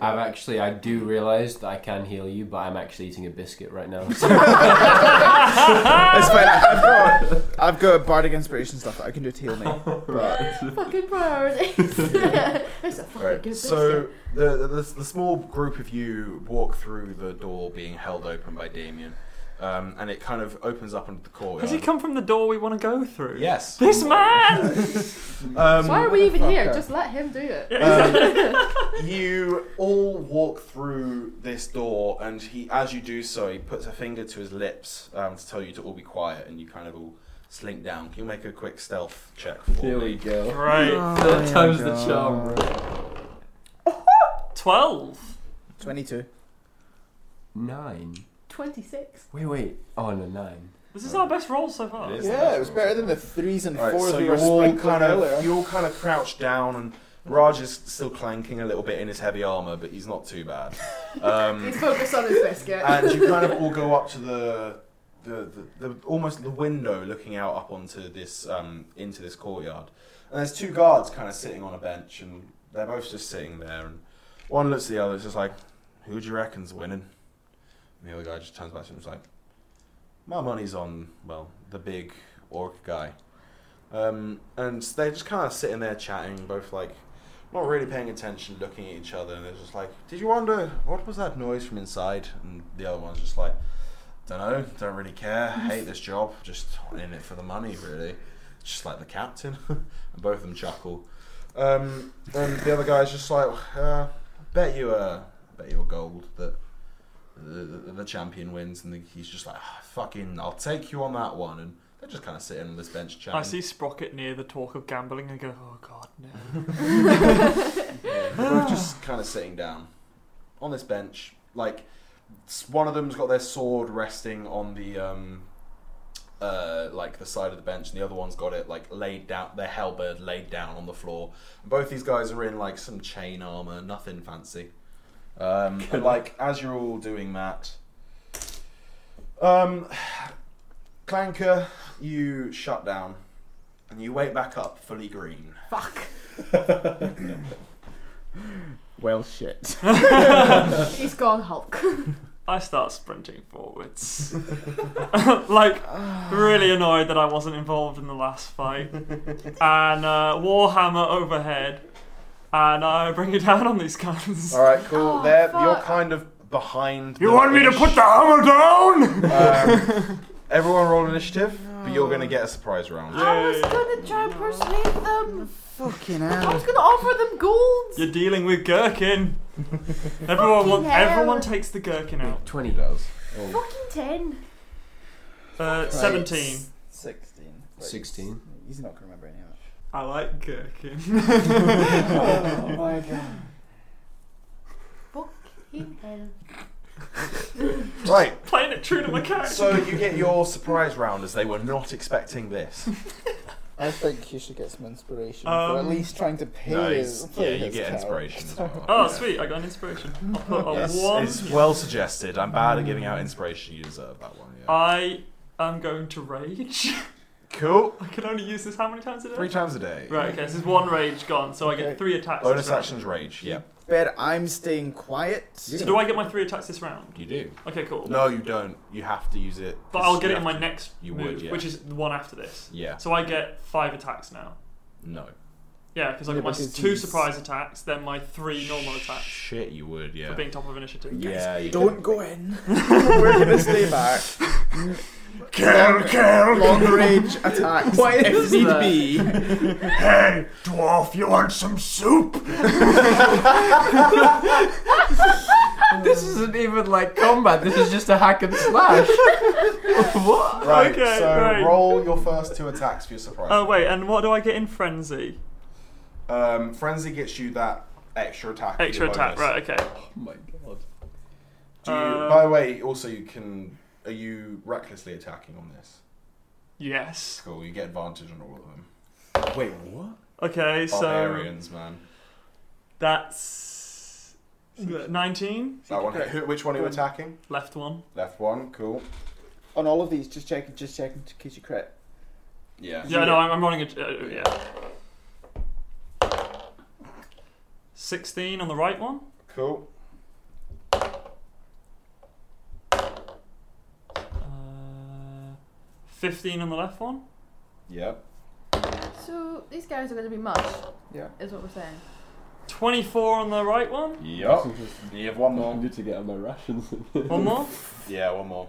S3: I've actually, I do realise that I can heal you, but I'm actually eating a biscuit right now.
S4: it's fine. I've got I've got bardic inspiration stuff that I can do to heal me. But
S5: fucking priorities. it's a fucking
S6: Right.
S5: good
S6: So the, the, the the small group of you walk through the door being held open by Damien, um, and it kind of opens up into the courtyard.
S1: Has he come from the door we want to go through?
S6: Yes.
S1: This man!
S6: Um,
S2: Why are we even here?
S4: Motherfucker.
S2: Just let him do it.
S6: Uh, you all walk through this door, and he, as you do so, he puts a finger to his lips um, to tell you to all be quiet, and you kind of all slink down. Can you make a quick stealth check for
S3: Here
S6: me?
S3: we go.
S1: right.
S3: Third time's the charm.
S1: 12.
S4: Twenty-two.
S3: Nine.
S5: 26.
S3: Wait, wait. Oh, no, nine.
S1: This is our best roll so far.
S6: It is.
S4: Yeah, it was better than the threes and
S6: Alright,
S4: fours
S6: so
S4: we
S6: you're
S4: were
S6: all
S4: sprinkling
S6: kind of
S4: earlier.
S6: you all kind of crouched down, and Raj is still clanking a little bit in his heavy armor, but he's not too bad. Um,
S2: He's focused on his biscuit.
S6: and you kind of all go up to the the, the, the almost the window looking out up onto this um, into this courtyard and there's two guards kind of sitting on a bench and they're both just sitting there and one looks at the other it's just like who do you reckon's winning and the other guy just turns back to him and is like my money's on well the big orc guy um, and they're just kind of sitting there chatting both like not really paying attention, looking at each other, and they're just like, "Did you wonder what was that noise from inside?" And the other one's just like, "Don't know, don't really care. Hate this job. Just in it for the money, really. Just like the captain." and both of them chuckle. Um, and the other guy's just like, uh, "Bet you, uh, bet you a gold that." The, the, the champion wins, and the, he's just like, "Ah, "Fucking, I'll take you on that one." And they're just kind of sitting on this bench chatting.
S1: I see Sprocket near the talk of gambling and go, oh god, no.
S6: They're just kind of sitting down on this bench. Like s- one of them's got their sword resting on the um, uh, like the side of the bench, and the other one's got it like laid down, their halberd laid down on the floor. And both these guys are in like some chain armor, nothing fancy. Um, and, like as you're all doing that, um, Clanker, you shut down, and you wake back up fully green.
S4: Well, shit.
S2: He's gone Hulk.
S1: I start sprinting forwards. like, really annoyed that I wasn't involved in the last fight. And uh, Warhammer overhead. And I bring it down on these cons.
S6: All right, cool.
S5: Oh,
S6: there,
S5: fuck.
S6: you're kind of behind.
S1: You
S6: the
S1: want me to
S6: ish-
S1: put the hammer down?
S6: Um, everyone roll initiative, but you're gonna get a surprise round.
S5: I was gonna try and persuade them.
S4: Fucking
S6: Uh,
S5: I was
S4: hell.
S5: gonna offer them golds.
S1: You're dealing with gherkin. everyone, wants,
S5: hell.
S1: everyone takes the gherkin out.
S3: 20.
S6: He does.
S5: Fucking 10.
S1: Uh, Seventeen.
S4: Sixteen.
S3: 16.
S4: He's not gonna remember any of it.
S1: I like gherkin.
S4: oh my god.
S5: Fucking hell.
S6: Right.
S1: Playing it true to my character.
S6: So you get your surprise round as they were not expecting this.
S4: I think you should get some inspiration for
S1: Um,
S4: at least trying to pay.
S6: Nice.
S4: for
S6: Yeah, you
S4: his
S6: get
S4: cow.
S6: inspiration as well.
S1: oh, sweet! I got an inspiration. I'll put a
S4: Yes,
S1: one.
S6: It's well suggested. I'm bad at giving out inspiration. You deserve that one.
S1: Uh,
S6: Yeah.
S1: I am going to rage.
S6: cool.
S1: I can only use this how many times a day?
S6: Three times a day.
S1: Right. Okay. This is one rage gone, so I get
S4: Okay.
S1: three attacks.
S6: Bonus
S1: this round.
S6: actions rage. Yeah.
S4: Bet I'm staying quiet.
S1: So do I get my three attacks this round?
S6: You do.
S1: Okay. Cool.
S6: No, you don't. You have to use it.
S1: But I'll get
S6: You
S1: it in
S6: have
S1: my
S6: to-
S1: next
S6: You
S1: move,
S6: would, yeah.
S1: which is the one after this.
S6: Yeah.
S1: So I get five attacks now.
S6: No.
S1: Yeah, because I
S4: Yeah,
S1: got my
S4: because
S1: two
S4: he's-
S1: surprise attacks, then my three normal attacks
S6: Shit, you would. Yeah.
S1: for being top of initiative.
S6: yeah. You
S4: Don't go in. We're gonna stay back.
S6: Kill, kill,
S4: Long range attacks.
S3: Why
S4: if
S3: is
S4: need
S3: that?
S4: be.
S6: Hey, dwarf, you want some soup?
S3: This isn't even like combat. This is just a hack and slash. Oh what?
S6: Right,
S1: Okay,
S6: so
S1: right.
S6: roll your first two attacks for your surprise.
S1: Oh wait, and what do I get in frenzy?
S6: Um, Frenzy gets you that extra attack. with
S1: Extra
S6: your
S1: attack,
S6: bonus.
S1: right? Okay.
S3: Oh my god.
S6: Do you,
S1: Uh,
S6: by the way, also you can. Are you recklessly attacking on this?
S1: Yes.
S6: Cool. You get advantage on all of them.
S3: Wait, what?
S6: Oh,
S1: Okay, so
S6: Barbarians, man.
S1: that's nineteen.
S6: That one. Who, which one are you attacking?
S1: Left one.
S6: Left one. Cool.
S4: On all of these, just checking, just checking to catch your crit.
S6: Yeah.
S1: Yeah, no, I'm, I'm rolling a uh, yeah. Sixteen on the right one.
S6: Cool.
S1: Uh, Fifteen on the left one.
S6: Yep.
S5: So these guys are going to be much,
S4: Yeah.
S5: is what we're saying.
S1: Twenty-four on the right one.
S6: Yep. You have one more.
S3: need to get on my rations.
S1: One more.
S6: Yeah, one more.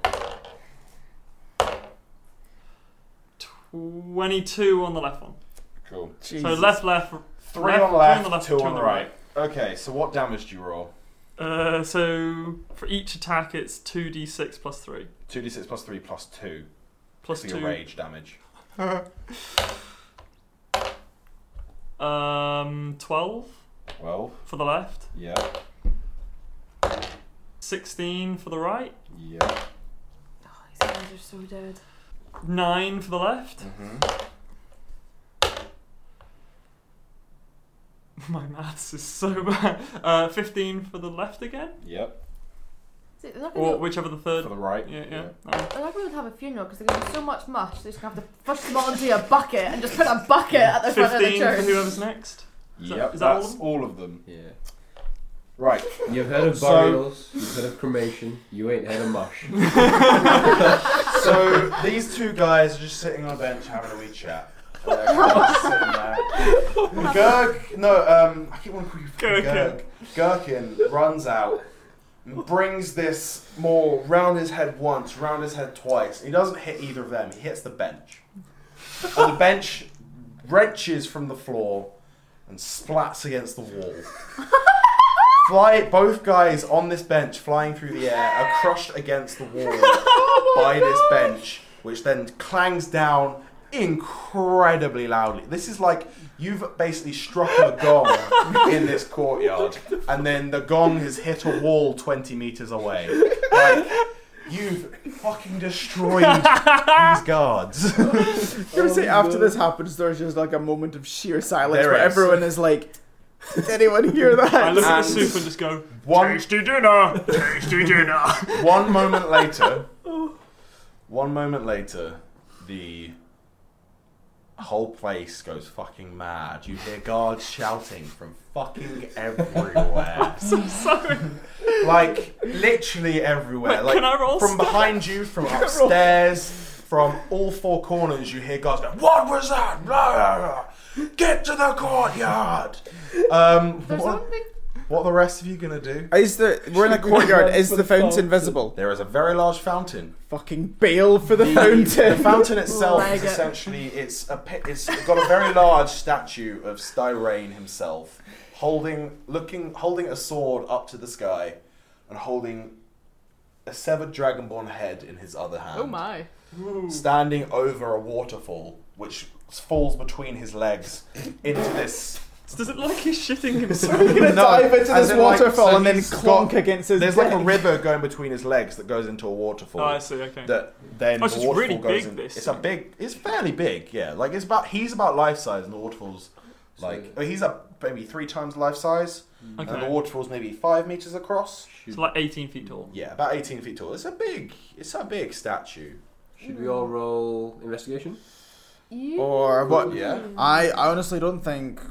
S1: Twenty-two on the left one.
S6: Cool.
S1: So left, left,
S6: Three
S1: Left,
S6: on the left,
S1: two on the left,
S6: two, on the right. Okay, so what damage do you roll?
S1: Uh, so for each attack, it's two d six plus three
S6: 2d6 plus 3 plus 2.
S1: plus
S6: for
S1: two.
S6: your rage damage.
S1: Um, twelve
S6: 12.
S1: for the left,
S6: Yeah.
S1: sixteen for the right,
S6: Yeah.
S5: Oh, these guys are so dead.
S1: nine for the left.
S6: Mm-hmm.
S1: My maths is so bad. Uh, fifteen for the left again,
S6: Yep.
S5: See, they're not
S1: or
S5: going
S1: which whichever the
S6: For
S1: third.
S6: the right.
S1: Yeah, yeah.
S5: to. They're not going to have a funeral because they're going to have so much mush. They're just going to have to flush them all into a bucket and just put a bucket at the front of the
S1: Fifteen for
S5: church.
S1: whoever's next. Is that-
S6: Yep.
S1: is that all of
S6: that's
S1: them?
S6: all of them.
S3: yeah.
S6: Right.
S3: You've heard of
S6: So-
S3: burials, you've heard of cremation, you ain't heard of mush.
S6: so these two guys are just sitting on a bench having a wee chat. And they're kind of just sitting there. Gurg, no, um, I keep wanting to call you Gurg. Gherkin runs out, and brings this maul round his head once, round his head twice. He doesn't hit either of them. He hits the bench. And the bench wrenches from the floor and splats against the wall. Fly, both guys on this bench, flying through the air, are crushed against the wall by this bench, which then clangs down incredibly loudly. This is like you've basically struck a gong in this courtyard, and then the gong has hit a wall 20 meters away. Like, you've fucking destroyed these guards.
S4: Can we say after this happens, there's just like a moment of sheer silence
S6: There
S4: where
S6: is.
S4: everyone is like, "Did anyone hear that?"
S1: I look at the
S6: And-
S1: soup and just go
S6: One,
S1: tasty dinner, tasty dinner.
S6: one moment later, one moment later, the whole place goes fucking mad. You hear guards shouting from fucking everywhere.
S1: Sorry.
S6: like literally everywhere.
S1: Wait,
S6: like
S1: can I roll
S6: from
S1: stealth?
S6: behind you, from upstairs, from all four corners, you hear guards going, "What was that? Blah, blah, blah. Get to the courtyard." Um,
S5: There's
S6: what,
S5: something.
S6: what are the rest of you gonna do?
S4: Is the we're in a
S3: Should we
S4: courtyard?
S3: run
S4: Is
S3: for
S4: the
S3: the
S4: fountain
S3: fountain?
S4: visible?
S6: There is a very large fountain.
S4: Fucking bail for the
S6: The
S4: fountain.
S6: fountain itself
S5: Leg
S6: is
S5: it.
S6: essentially it's a pi- it's got a very large statue of Styrene himself, holding looking holding a sword up to the sky, and holding a severed dragonborn head in his other hand.
S2: Oh my.
S6: standing over a waterfall, which falls between his legs into this.
S1: Does it look like he's shitting himself?
S4: We're gonna
S6: No,
S4: dive into
S6: as
S4: this
S6: in, like,
S4: waterfall
S6: so
S4: and then
S6: he's
S4: clonk
S6: got-
S4: against his.
S6: There's like a
S4: deck.
S6: river going between his legs that goes into a waterfall.
S1: Oh, I see. Okay.
S6: That then
S1: Oh,
S6: the
S1: so it's
S6: waterfall
S1: really
S6: goes
S1: big,
S6: in-
S1: this
S6: It's a
S1: thing.
S6: big. It's fairly big. Yeah, like it's about. He's about life size, and the waterfall's like oh, he's a maybe three times life size, and the
S1: okay.
S6: waterfall's maybe five meters across.
S1: So like 18 feet tall.
S6: Yeah, about eighteen feet tall. It's a big. It's a big statue.
S3: Should we all roll investigation?
S5: You.
S4: Or what?
S6: Yeah.
S4: I, I honestly don't think.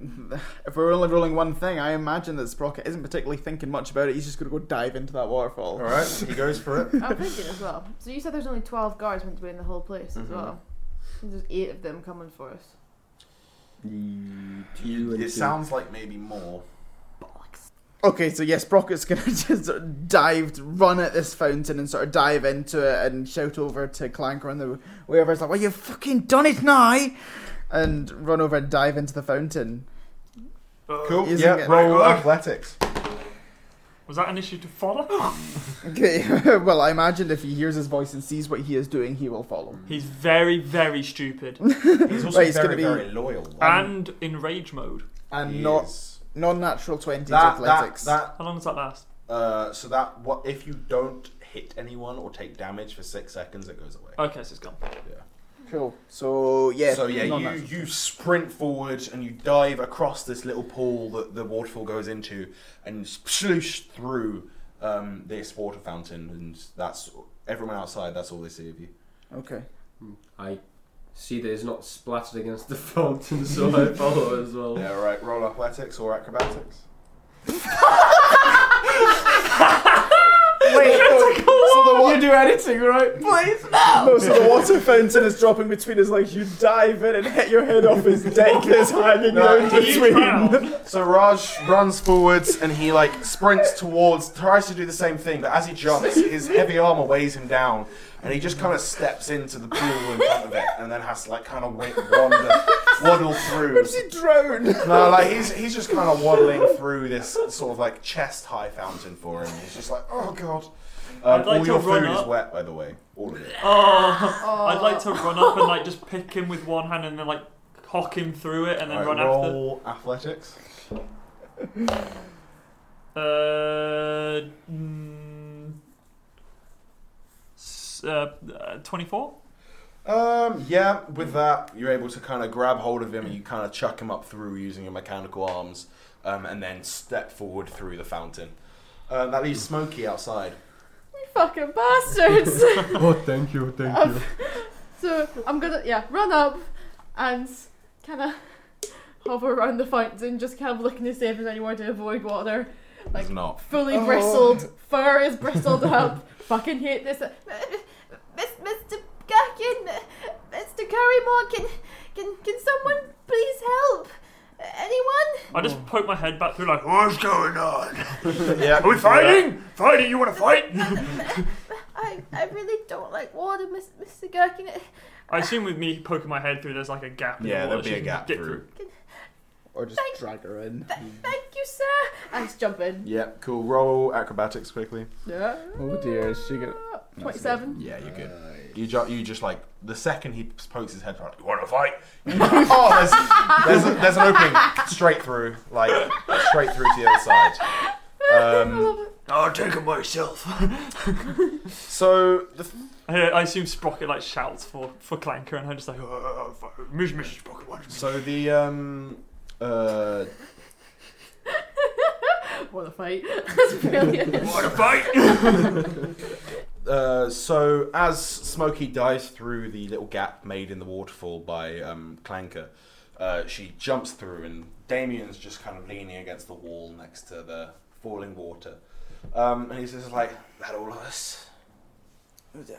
S4: If we're only rolling one thing, I imagine that Sprocket isn't particularly thinking much about it. He's just gonna go dive into that waterfall.
S6: All right, he goes for it.
S5: I'm thinking as well. So you said there's only 12 guards meant to be in the whole place as
S6: Mhm.
S5: well. And there's eight of them coming for us.
S6: It sounds like maybe more.
S4: Okay, so yes, Sprocket's gonna just sort of dive, run at this fountain, and sort of dive into it, and shout over to Clanker and the whoever's like, "Well, you've fucking done it now!" and run over and dive into the fountain.
S1: Uh,
S6: Cool.
S4: Isn't
S6: Yeah.
S4: it?
S6: Roll athletics.
S1: Was that an issue to follow?
S4: Okay, well, I imagine if he hears his voice and sees what he is doing, he will follow.
S1: He's very, very stupid
S6: He's also
S4: Right, he's
S6: very,
S4: gonna be-
S6: very loyal.
S1: and in rage mode.
S4: And
S6: He
S4: not
S6: is.
S4: non natural 20s
S6: that, that,
S4: athletics.
S6: that,
S1: How long does that last?
S6: uh, so that what if you don't hit anyone or take damage for six seconds, it goes away.
S1: Okay, so it's gone.
S4: Cool. So, yeah.
S6: so yeah, you,
S4: non-natural.
S6: you sprint forward and you dive across this little pool that the waterfall goes into, and sploosh through um, this water fountain, and that's everyone outside. That's all they see of you.
S4: Okay.
S3: I see that it's not splattered against the fountain, so I follow as well.
S6: Yeah, right. Roll athletics or acrobatics.
S4: Wait, so the
S3: You do anything, right?
S4: Please no! so the water fountain is dropping between us like you dive in and hit your head off his deck that's hanging
S6: No,
S4: down
S6: you
S4: between.
S1: drown.
S6: So Raj runs forwards and he like sprints towards, tries to do the same thing, but as he jumps, his heavy armor weighs him down, and he just kind of steps into the pool in front of it, and then has to like kind of wait, wander, waddle through.
S4: Does he drown?
S6: No, like he's he's just kind of waddling through this sort of like chest high fountain for him. He's just like, oh god. Um,
S1: I'd like
S6: all
S1: to
S6: your
S1: run
S6: food is
S1: up.
S6: wet, by the way. All of it.
S1: Oh, I'd like to run up and like just pick him with one hand and then like hock him through it and then
S6: Alright,
S1: run
S6: roll athletics.
S1: after. Uh, mm, s- uh, uh, 24?
S6: Um, yeah, with that, you're able to kind of grab hold of him and you kind of chuck him up through using your mechanical arms um, and then step forward through the fountain. Um, that leaves Smokey outside.
S2: You fucking bastards!
S3: Oh, thank you, thank
S2: Um, so I'm gonna yeah run up and kind of hover around the fountain, just kind of looking to see if there's anywhere to avoid water. Like
S6: It's not.
S2: fully
S4: Oh.
S2: bristled, fur is bristled up. Fucking hate this.
S5: Miss, Mr. Gherkin, uh, Mr. Currymore, can, can, can someone please help? Uh, Anyone?
S1: I just poke my head back through like, what's going on?
S6: yeah,
S1: Are we fighting? Fighting? You want to fight?
S5: I, I really don't like water, Miss, Mr. Gherkin. Uh,
S1: I assume with me poking my head through, there's like a gap. In the
S6: Yeah, there'll
S1: wall
S6: be a gap
S1: get
S6: through.
S4: Or just drag her in.
S5: Thank you, sir.
S2: I just jump in.
S6: Yeah, cool. Roll acrobatics quickly.
S2: Yeah.
S4: Oh dear, is she gonna-
S2: Twenty-seven.
S6: Yeah, you're good. You, ju- you just like, the second he pokes his head out, you want to fight? oh, there's, there's, a, there's an opening straight through, like, straight through to the other side. Um,
S1: I'll take it myself.
S6: so, the
S1: I, I assume Sprocket like shouts for for Clanker, and I'm just like, oh, fuck, Miss Miss Sprocket, what?
S6: So the um uh
S2: What a fight! That's brilliant.
S1: What a fight!
S6: uh so as Smokey dives through the little gap made in the waterfall by um Clanker, uh she jumps through and Damien's just kind of leaning against the wall next to the falling water. Um and he's just like, that all of us?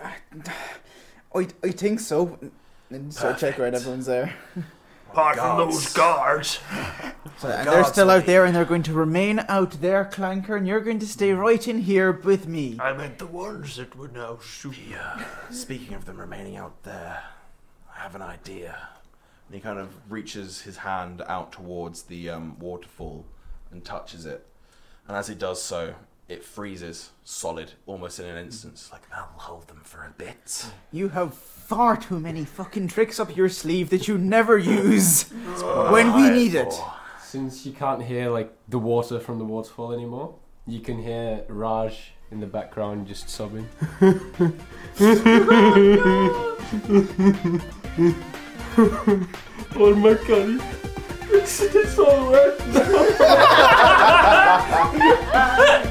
S4: I, I think so. And so check right, everyone's there.
S1: Apart
S6: from those
S1: guards.
S4: So, and
S6: God,
S4: they're still out
S6: Smokey.
S4: there and they're going to remain out there, Clanker, and you're going to stay right in here with me.
S1: I meant the ones that were now shooting.
S6: uh, Speaking of them remaining out there, I have an idea. And he kind of reaches his hand out towards the um, waterfall and touches it. And as he does so, it freezes solid almost in an instant. It's Like, I'll hold them for a bit.
S4: You have far too many fucking tricks up your sleeve that you never use when we need it.
S3: Since you can't hear like the water from the waterfall anymore, you can hear Raj in the background just sobbing. oh my god, it's, it's all wet.